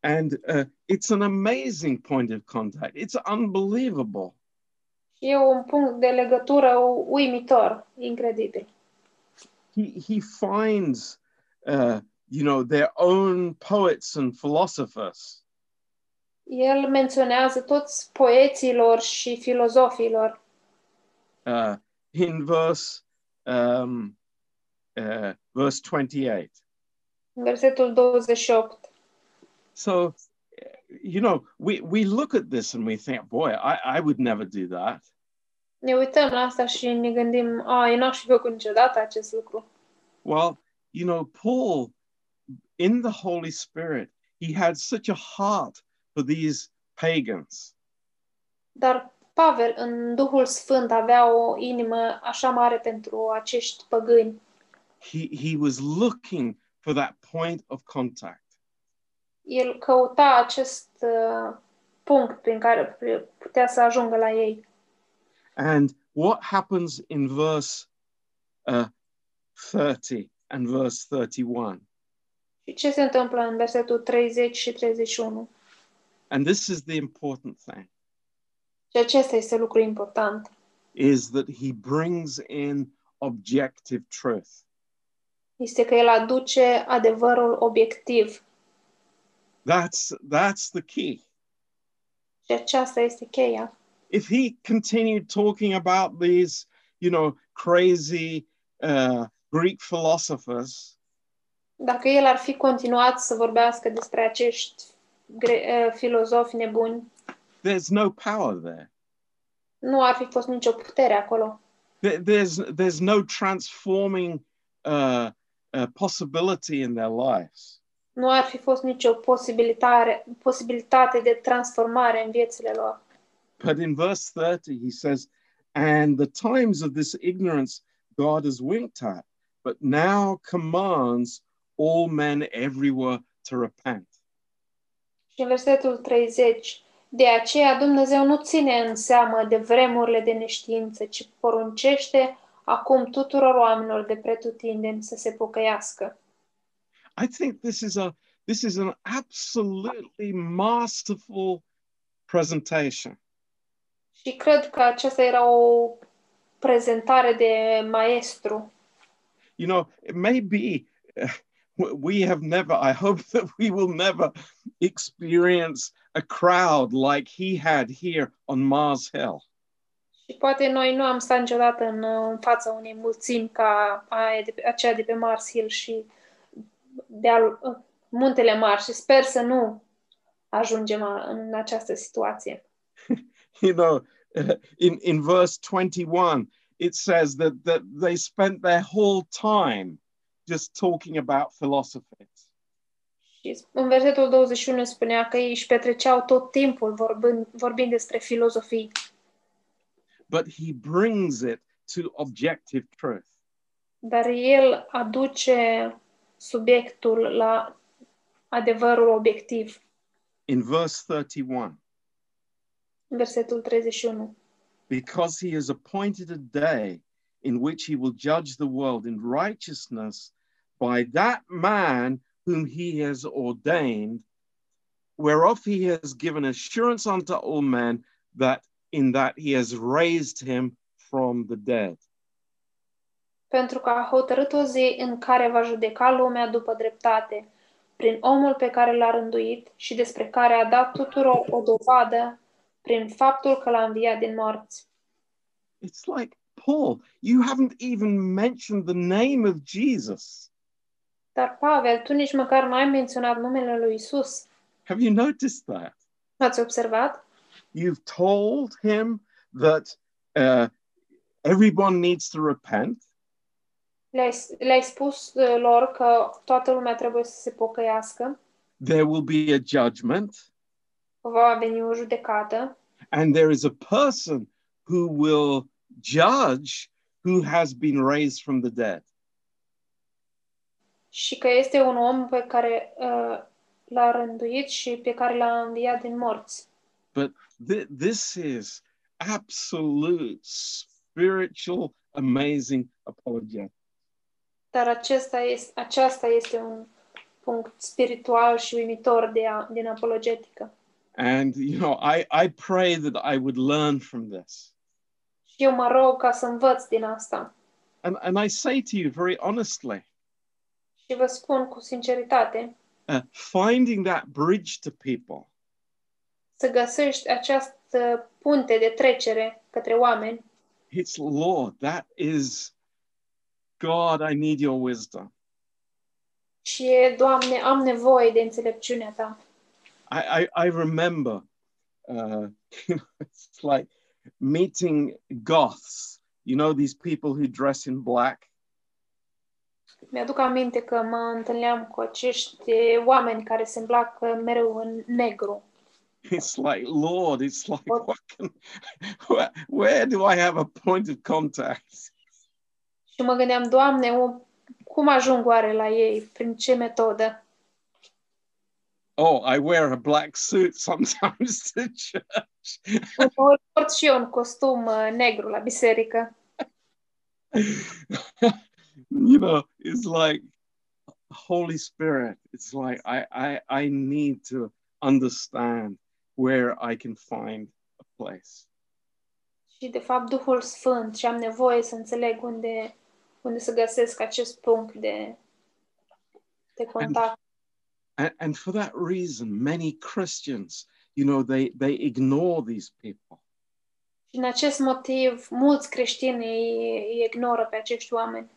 Speaker 1: And uh, it's an amazing point of contact. It's unbelievable.
Speaker 2: E un punct de legătură uimitor, incredibil.
Speaker 1: He, he finds, uh, you know, their own poets and philosophers.
Speaker 2: El menționează toți poeților și filozofilor
Speaker 1: Uh, in verse, um, uh, verse 28.
Speaker 2: în versetul 28.
Speaker 1: So, you know, we, we look at this and we think, boy, I, I would never do that.
Speaker 2: Ne uităm la asta și ne gândim, a, eu n-aș fi făcut niciodată acest lucru.
Speaker 1: Well, you know, Paul in the Holy Spirit, he had such a heart for these pagans.
Speaker 2: Dar Pavel, în Duhul Sfânt, avea o inimă așa mare pentru acești păgâni.
Speaker 1: He, he was looking for that point of contact.
Speaker 2: El căuta acest uh, punct prin care putea să ajungă la ei.
Speaker 1: And what happens in verse uh, 30 and verse 31?
Speaker 2: Și ce se întâmplă în versetul 30 și 31?
Speaker 1: And this is the important thing
Speaker 2: Și acesta este lucru important.
Speaker 1: is that he brings in objective truth.
Speaker 2: Este că el aduce adevărul obiectiv.
Speaker 1: That's that's the key.
Speaker 2: Și aceasta este cheia.
Speaker 1: If he continued talking about these, you know, crazy uh, Greek philosophers,
Speaker 2: Dacă el ar fi continuat să vorbească despre acești gre- eh, filozofi nebuni,
Speaker 1: there's no power there.
Speaker 2: nu ar fi fost nicio putere acolo.
Speaker 1: There- There's there's no transforming uh, uh, possibility in their lives.
Speaker 2: Nu ar fi fost nicio posibilitate, posibilitate de transformare în viețile lor.
Speaker 1: But in verse 30, he says, And the times of this ignorance God has winked at, but now commands all men everywhere to repent.
Speaker 2: Și în versetul 30, de aceea Dumnezeu nu ține în seamă de vremurile de neștiință, ci poruncește acum tuturor oamenilor de pretutindeni să se pocăiască.
Speaker 1: I think this is a this is an absolutely masterful presentation.
Speaker 2: Și cred că aceasta era o prezentare de maestru.
Speaker 1: You know, it may be uh, we- we have never, I hope that we will never experience a crowd like he had here on Mars Hill.
Speaker 2: Și poate noi nu am stat niciodată în, în fața unei mulțimi ca aia de, aceea de pe Mars Hill și dealul, muntele mari și sper să nu ajungem a- în această situație.
Speaker 1: you know uh, in in verse 21 it says that that they spent their whole time just talking about philosophies
Speaker 2: Și în versetul 21 spunea că ei își petreceau tot timpul vorbind, vorbind despre filozofii,
Speaker 1: but he brings it to objective truth
Speaker 2: dar el aduce subiectul la adevărul obiectiv.
Speaker 1: in verse 31
Speaker 2: În versetul 31.
Speaker 1: because he has appointed a day in which he will judge the world in righteousness by that man whom he has ordained, whereof he has given assurance unto all men that in that he has raised him from the dead.
Speaker 2: Pentru că a hotărât o zi în care va judeca lumea după dreptate, prin omul pe care l-a rânduit și despre care a dat tuturor o dovadă prin faptul că l-a înviat din morți.
Speaker 1: It's like, Paul, you haven't even mentioned the name of Jesus.
Speaker 2: Dar, Pavel, tu nici măcar n-ai menționat numele lui Isus.
Speaker 1: Have you noticed that?
Speaker 2: Ați observat?
Speaker 1: You've told him that uh, everyone needs to repent.
Speaker 2: Le-ai, le-ai spus uh, lor că toată lumea trebuie să se pocăiască,
Speaker 1: there will be a judgment
Speaker 2: că va veni o judecată
Speaker 1: and there is a person who will judge who has been raised from the dead
Speaker 2: și că este un om pe care uh, l-a rânduit și pe care l-a înviat din morți.
Speaker 1: Th- this is absolute spiritual amazing apologetic
Speaker 2: Dar acesta este, aceasta este un punct spiritual și uimitor de a, din apologetică.
Speaker 1: and you know i i pray that i would learn from this
Speaker 2: Și eu mă rog ca să învăț din asta.
Speaker 1: and and i say to you very honestly
Speaker 2: Și vă spun cu sinceritate,
Speaker 1: uh, finding that bridge to people
Speaker 2: să găsești această punte de trecere către oameni
Speaker 1: it's lord that is god i need your wisdom
Speaker 2: și e, Doamne, am nevoie de înțelepciunea Ta.
Speaker 1: I, I, I remember, uh, it's like meeting goths, you know, these people who dress in black.
Speaker 2: Mi-aduc aminte că mă întâlneam cu acești oameni care se îmbracă mereu în negru.
Speaker 1: It's like, Lord, it's like,
Speaker 2: Or-
Speaker 1: what can, where, where do I have a point of contact?
Speaker 2: Și mă gândeam, Doamne, o- cum ajung oare la ei? Prin ce metodă?
Speaker 1: Oh, I wear a black suit sometimes to church.
Speaker 2: Uneori port și eu un costum uh, negru la biserică.
Speaker 1: you know, it's like Holy Spirit. It's like I, I I need to understand where I can find a place.
Speaker 2: Și, de fapt, Duhul Sfânt și am nevoie să înțeleg unde, unde să găsesc acest punct de, de contact.
Speaker 1: And, and for that reason, many Christians, you know, they they ignore these people.
Speaker 2: Și în acest motiv, mulți creștini îi, îi ignoră pe acești oameni.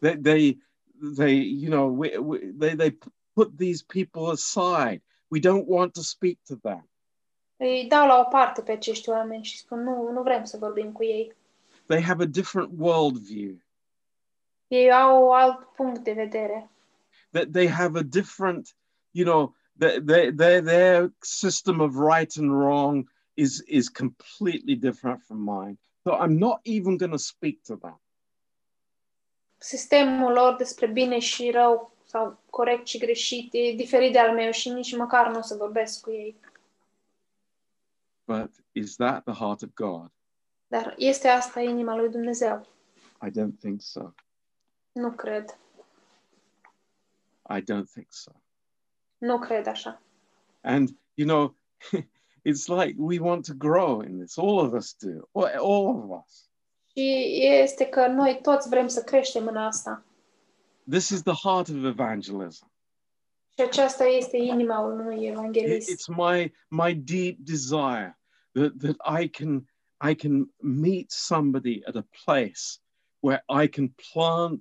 Speaker 1: They they they you know we, we, they they put these people aside. We don't want to speak to them.
Speaker 2: Îi dau la o parte pe acești oameni și spun, nu, nu vrem să vorbim cu ei.
Speaker 1: They have a different worldview.
Speaker 2: Ei au alt punct de vedere.
Speaker 1: that they have a different, you know, their their their, their system of right and wrong is is completely different from mine. So I'm not even going to speak to them.
Speaker 2: Sistemul lor despre bine și rău sau corect și greșit e diferit de al meu și nici măcar nu o să vorbesc cu ei.
Speaker 1: But is that the heart of God?
Speaker 2: Dar este asta inima lui Dumnezeu?
Speaker 1: I don't think so.
Speaker 2: Nu cred.
Speaker 1: I don't think so.
Speaker 2: Nu cred așa.
Speaker 1: And you know, it's like we want to grow in this. All of us do. All, all of us.
Speaker 2: Și este că noi toți vrem să creștem în asta.
Speaker 1: This is the heart of evangelism.
Speaker 2: Și aceasta este inima unui
Speaker 1: It-
Speaker 2: evanghelist.
Speaker 1: it's my my deep desire that that I can I can meet somebody at a place where I can plant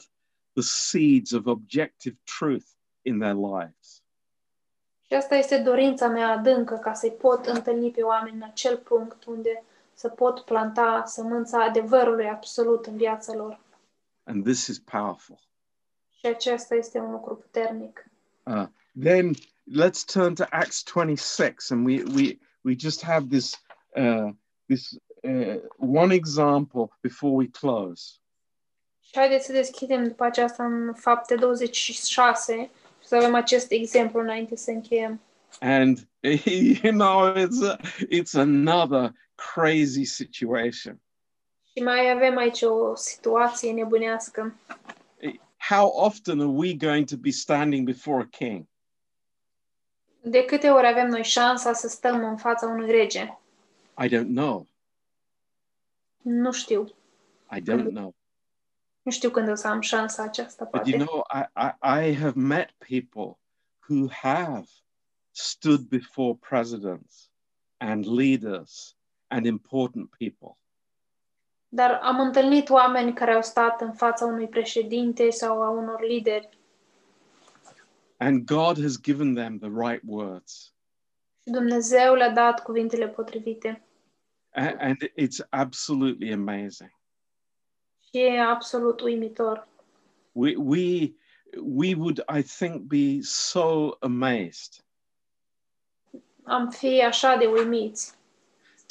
Speaker 1: the seeds of objective truth in their lives.
Speaker 2: Și asta este dorința mea adâncă, ca să-i pot întâlni pe oameni în acel punct unde să pot planta sămânța adevărului absolut în viața lor.
Speaker 1: And this is powerful.
Speaker 2: Și acesta este un lucru puternic.
Speaker 1: Uh, then let's turn to Acts 26 and we we we just have this uh, this uh, one example before we close.
Speaker 2: Și haideți să deschidem după aceasta în fapte 26 și să avem acest exemplu înainte să încheiem.
Speaker 1: and you know it's a, it's another crazy situation
Speaker 2: Și mai avem aici o situație nebunească.
Speaker 1: how often are we going to be standing before a king
Speaker 2: De câte ori avem noi șansa să stăm în fața unui rege?
Speaker 1: i don't know
Speaker 2: Nu știu.
Speaker 1: i don't know
Speaker 2: Nu știu când o să am șansa aceasta,
Speaker 1: but
Speaker 2: poate.
Speaker 1: you know i i, I have met people who have stood before presidents and leaders and important people
Speaker 2: Dar am întâlnit oameni care au stat în fața unui președinte sau a unor lideri
Speaker 1: and god has given them the right words
Speaker 2: și Dumnezeu le-a dat cuvintele potrivite.
Speaker 1: and, and it's absolutely amazing
Speaker 2: Și e absolut uimitor.
Speaker 1: we we we would i think be so amazed
Speaker 2: Am fi așa de uimiți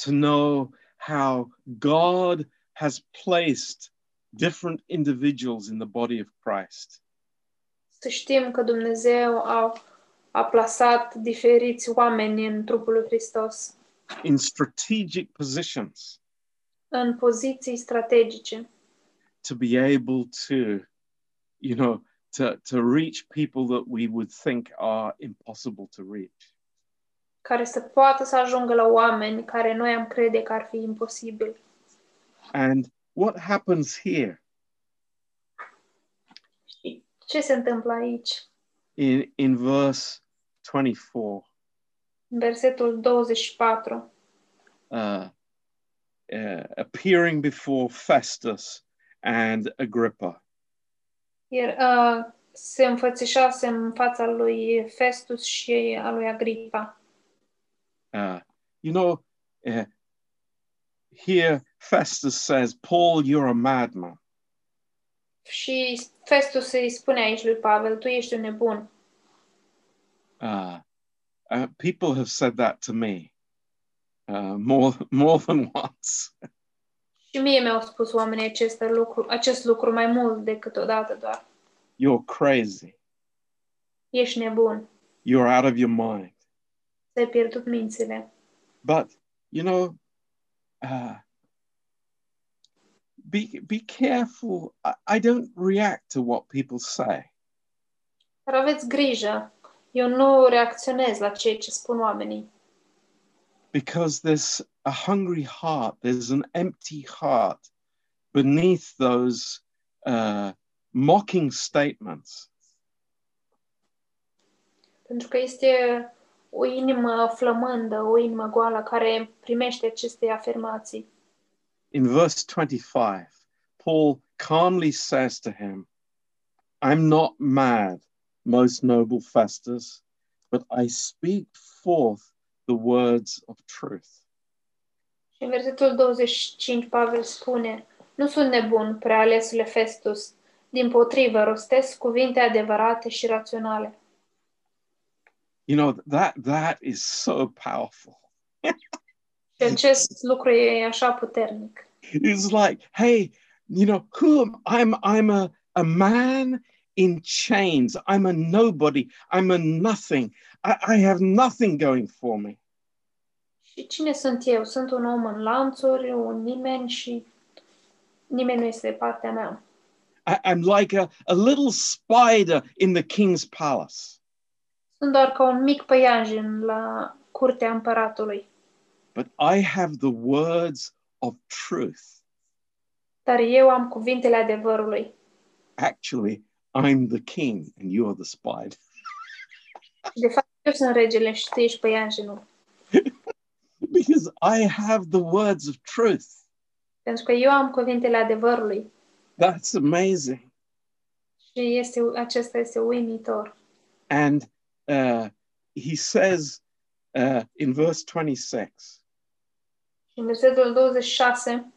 Speaker 1: to know how god has placed different individuals in the body of christ
Speaker 2: să știm că Dumnezeu a, a plasat diferiți oameni în trupul lui Hristos,
Speaker 1: in strategic positions
Speaker 2: în poziții strategice,
Speaker 1: to be able to you know to, to reach people that we would think are impossible to reach
Speaker 2: care să poată să ajungă la oameni care noi am crede că ar fi imposibil.
Speaker 1: and what happens here
Speaker 2: Și ce se întâmplă aici?
Speaker 1: in in verse 24
Speaker 2: În versetul 24.
Speaker 1: uh, uh, appearing before Festus and Agrippa.
Speaker 2: Iar uh, se înfățișase în fața lui Festus și a lui Agripa.
Speaker 1: Uh, you know, uh, here Festus says, Paul, you're a madman.
Speaker 2: Și Festus îi spune aici lui Pavel, tu ești un nebun.
Speaker 1: Uh, uh, people have said that to me uh, more, more than once.
Speaker 2: Și mie mi-au spus oamenii acest lucru, acest lucru mai mult decât odată doar.
Speaker 1: You're crazy.
Speaker 2: Ești nebun,
Speaker 1: You're out of your mind.
Speaker 2: ți-ai pierdut mințile.
Speaker 1: But, you know, uh, be, be careful. I, I don't react to what people say.
Speaker 2: Dar aveți grijă, eu nu reacționez la ceea ce spun oamenii,
Speaker 1: because there's a hungry heart, there's an empty heart beneath those uh, mocking statements.
Speaker 2: pentru că este o inimă flămândă, o inimă goală care primește aceste afirmații.
Speaker 1: In verse 25, Paul calmly says to him, I'm not mad, most noble Festus, but I speak forth the words of truth.
Speaker 2: Și în versetul 25 Pavel spune, Nu sunt nebun, prealesule Festus, din potrivă rostesc cuvinte adevărate și raționale.
Speaker 1: You know, that, that is so powerful.
Speaker 2: Și acest lucru e așa puternic.
Speaker 1: It's like, hey, you know, who am I'm I'm a, a man in chains. I'm a nobody. I'm a nothing. I, I have nothing going for me.
Speaker 2: Și cine sunt eu? Sunt un om în lanțuri, un nimeni și nimeni nu este de partea mea.
Speaker 1: I, I'm like a, a little spider in the king's palace.
Speaker 2: Sunt doar ca un mic păianjen la curtea împăratului,
Speaker 1: But I have the words of truth.
Speaker 2: dar eu am cuvintele adevărului.
Speaker 1: Actually, I'm the king and you're the spider.
Speaker 2: De fapt, eu sunt regele și tu ești păianjenul,
Speaker 1: Because I have the words of truth.
Speaker 2: pentru că eu am cuvintele adevărului
Speaker 1: That's amazing.
Speaker 2: și este, acesta este uimitor.
Speaker 1: And uh, he says uh, in verse 26
Speaker 2: Și În versetul 26,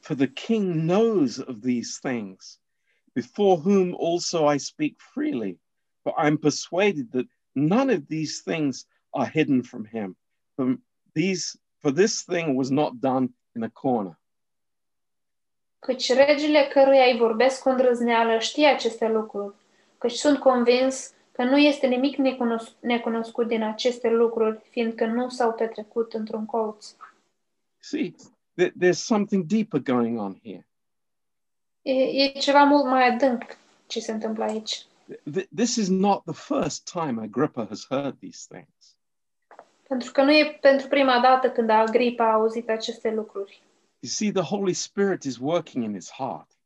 Speaker 1: For the king knows of these things, before whom also I speak freely. For I'm persuaded that none of these things are hidden from him. From these, for this thing was not done in a corner.
Speaker 2: căci regele căruia îi vorbesc cu îndrăzneală știe aceste lucruri, căci sunt convins că nu este nimic necunos- necunoscut din aceste lucruri, fiindcă nu s-au petrecut într-un colț.
Speaker 1: See, th- there's something deeper going on here.
Speaker 2: E, e ceva mult mai adânc ce se întâmplă aici,
Speaker 1: Th- this is not the first time Agrippa has heard these things.
Speaker 2: pentru că nu e pentru prima dată când Agripa a auzit aceste lucruri.
Speaker 1: You see, the Holy Spirit is working in his heart.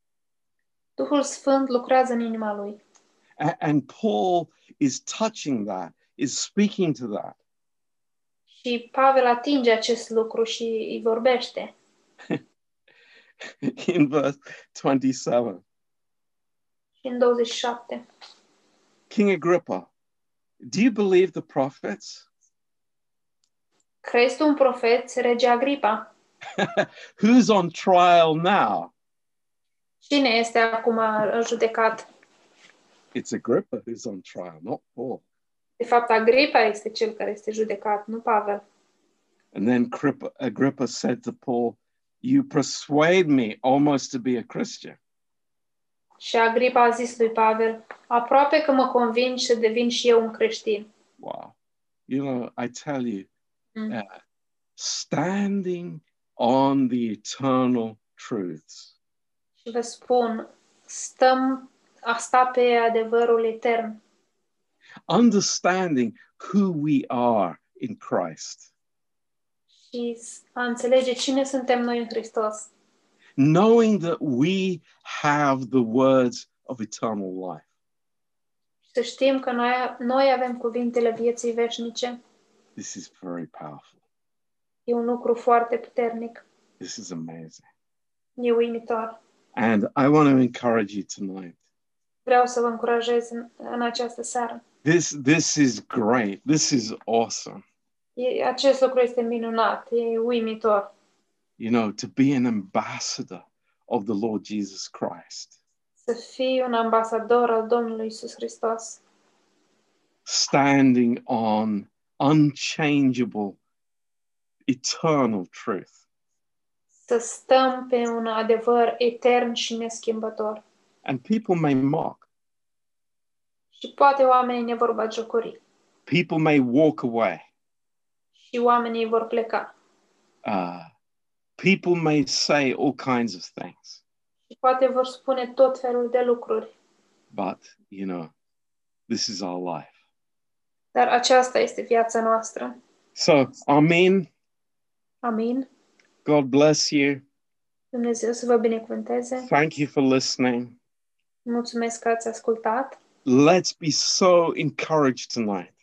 Speaker 2: Duhul Sfânt lucrează în inima lui
Speaker 1: A- And Paul is touching that, is speaking to that.
Speaker 2: și Pavel atinge acest lucru și îi vorbește.
Speaker 1: In verse 27,
Speaker 2: Și În 27.
Speaker 1: King Agrippa, do you believe the prophets?
Speaker 2: Crezi tu un profet, rege Agripa?
Speaker 1: Who's on trial now?
Speaker 2: Cine este acum judecat?
Speaker 1: It's Agrippa who's on trial, not Paul.
Speaker 2: De fapt, Agripa este cel care este judecat, nu Pavel.
Speaker 1: And then Agrippa, Agrippa said to Paul, You persuade me almost to be a Christian.
Speaker 2: Și Agripa a zis lui Pavel, aproape că mă convingi să devin și eu un creștin.
Speaker 1: Wow. You know, I tell you,
Speaker 2: Mm.
Speaker 1: uh, standing on the eternal truths.
Speaker 2: Și vă spun, stăm a sta pe adevărul etern,
Speaker 1: understanding who we are in Christ,
Speaker 2: și a înțelege cine suntem noi în Hristos,
Speaker 1: knowing that we have the words of eternal life.
Speaker 2: și să știm că noi, noi avem cuvintele vieții veșnice,
Speaker 1: This is very powerful.
Speaker 2: e un lucru foarte puternic,
Speaker 1: This is amazing.
Speaker 2: e uimitor.
Speaker 1: And I want to encourage you tonight.
Speaker 2: Vreau să vă încurajez în, în această seară.
Speaker 1: This this is great. This is awesome.
Speaker 2: E, acest lucru este minunat, e uimitor.
Speaker 1: You know, to be an ambassador of the Lord Jesus Christ.
Speaker 2: să fii un ambasador al Domnului Isus Hristos,
Speaker 1: standing on unchangeable, eternal truth.
Speaker 2: să stăm pe un adevăr etern și neschimbător.
Speaker 1: And people may mock,
Speaker 2: Și poate oamenii ne vor bagiocori
Speaker 1: people may walk away,
Speaker 2: și oamenii vor pleca.
Speaker 1: uh, people may say all kinds of things,
Speaker 2: Și poate vor spune tot felul de lucruri.
Speaker 1: but you know, this is our life.
Speaker 2: Dar aceasta este viața noastră.
Speaker 1: So, Amen.
Speaker 2: Amin.
Speaker 1: God bless you.
Speaker 2: Dumnezeu să vă binecuvânteze.
Speaker 1: Thank you for listening.
Speaker 2: Mulțumesc că ați ascultat.
Speaker 1: Let's be so encouraged tonight.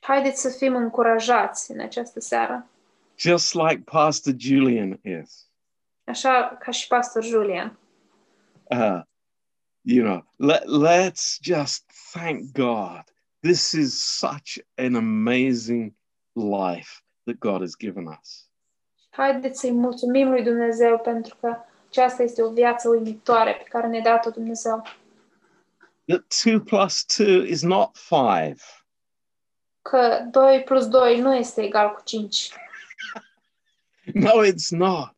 Speaker 2: Haideți să fim încurajați în această seară,
Speaker 1: just like Pastor Julian is.
Speaker 2: așa ca și pastor Julian.
Speaker 1: Uh, you know, let, let's just thank God. This is such an amazing life that God has given us.
Speaker 2: Haideți să-i mulțumim lui Dumnezeu pentru că aceasta este o viață uimitoare pe care ne-a dat-o Dumnezeu.
Speaker 1: That two plus two is not five.
Speaker 2: Că 2 plus 2 nu este egal cu 5.
Speaker 1: No, it's not.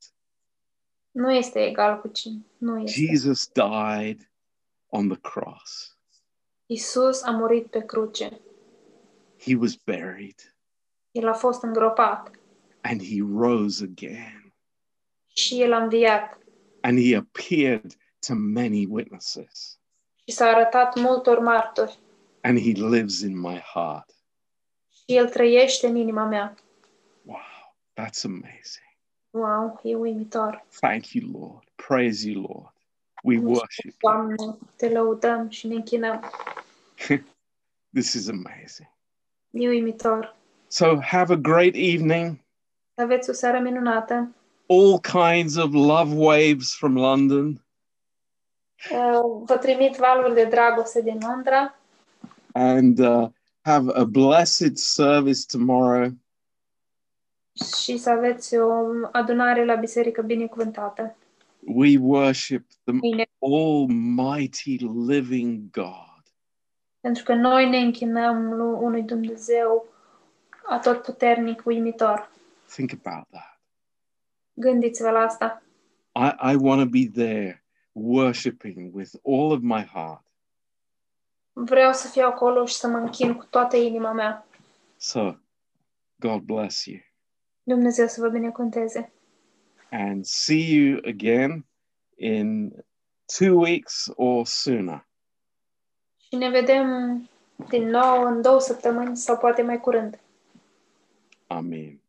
Speaker 2: Nu este egal cu 5. Nu este.
Speaker 1: Jesus died on the cross,
Speaker 2: Isus a murit pe cruce.
Speaker 1: he was buried,
Speaker 2: El a fost îngropat
Speaker 1: and he rose again,
Speaker 2: și El a înviat
Speaker 1: and he appeared to many witnesses,
Speaker 2: și s-a arătat multor martori.
Speaker 1: and he lives in my heart.
Speaker 2: Și El trăiește în inima mea.
Speaker 1: Wow, that's amazing.
Speaker 2: Wow, e uimitor.
Speaker 1: Thank you, Lord. Praise you, Lord. We
Speaker 2: Mulțumesc,
Speaker 1: worship you.
Speaker 2: Doamne, te lăudăm și ne închinăm.
Speaker 1: This is amazing.
Speaker 2: E uimitor.
Speaker 1: So, have a great evening.
Speaker 2: Aveți o seară minunată.
Speaker 1: All kinds of love waves from London.
Speaker 2: Uh, Vă trimit valul de dragoste din Londra
Speaker 1: And uh, have a blessed service tomorrow.
Speaker 2: și să aveți o adunare la biserică binecuvântată.
Speaker 1: We worship the
Speaker 2: Bine,
Speaker 1: Almighty Living God.
Speaker 2: pentru că noi ne închinăm lui unui Dumnezeu atotputernic, uimitor.
Speaker 1: Think about that.
Speaker 2: Gândiți-vă la asta.
Speaker 1: I, I want to be there worshiping with all of my heart.
Speaker 2: Vreau să fiu acolo și să mă închin cu toată inima mea.
Speaker 1: So, God bless you.
Speaker 2: Dumnezeu să vă binecuvânteze.
Speaker 1: and see you again in two weeks or sooner.
Speaker 2: Și ne vedem din nou în două săptămâni sau poate mai curând.
Speaker 1: Amen.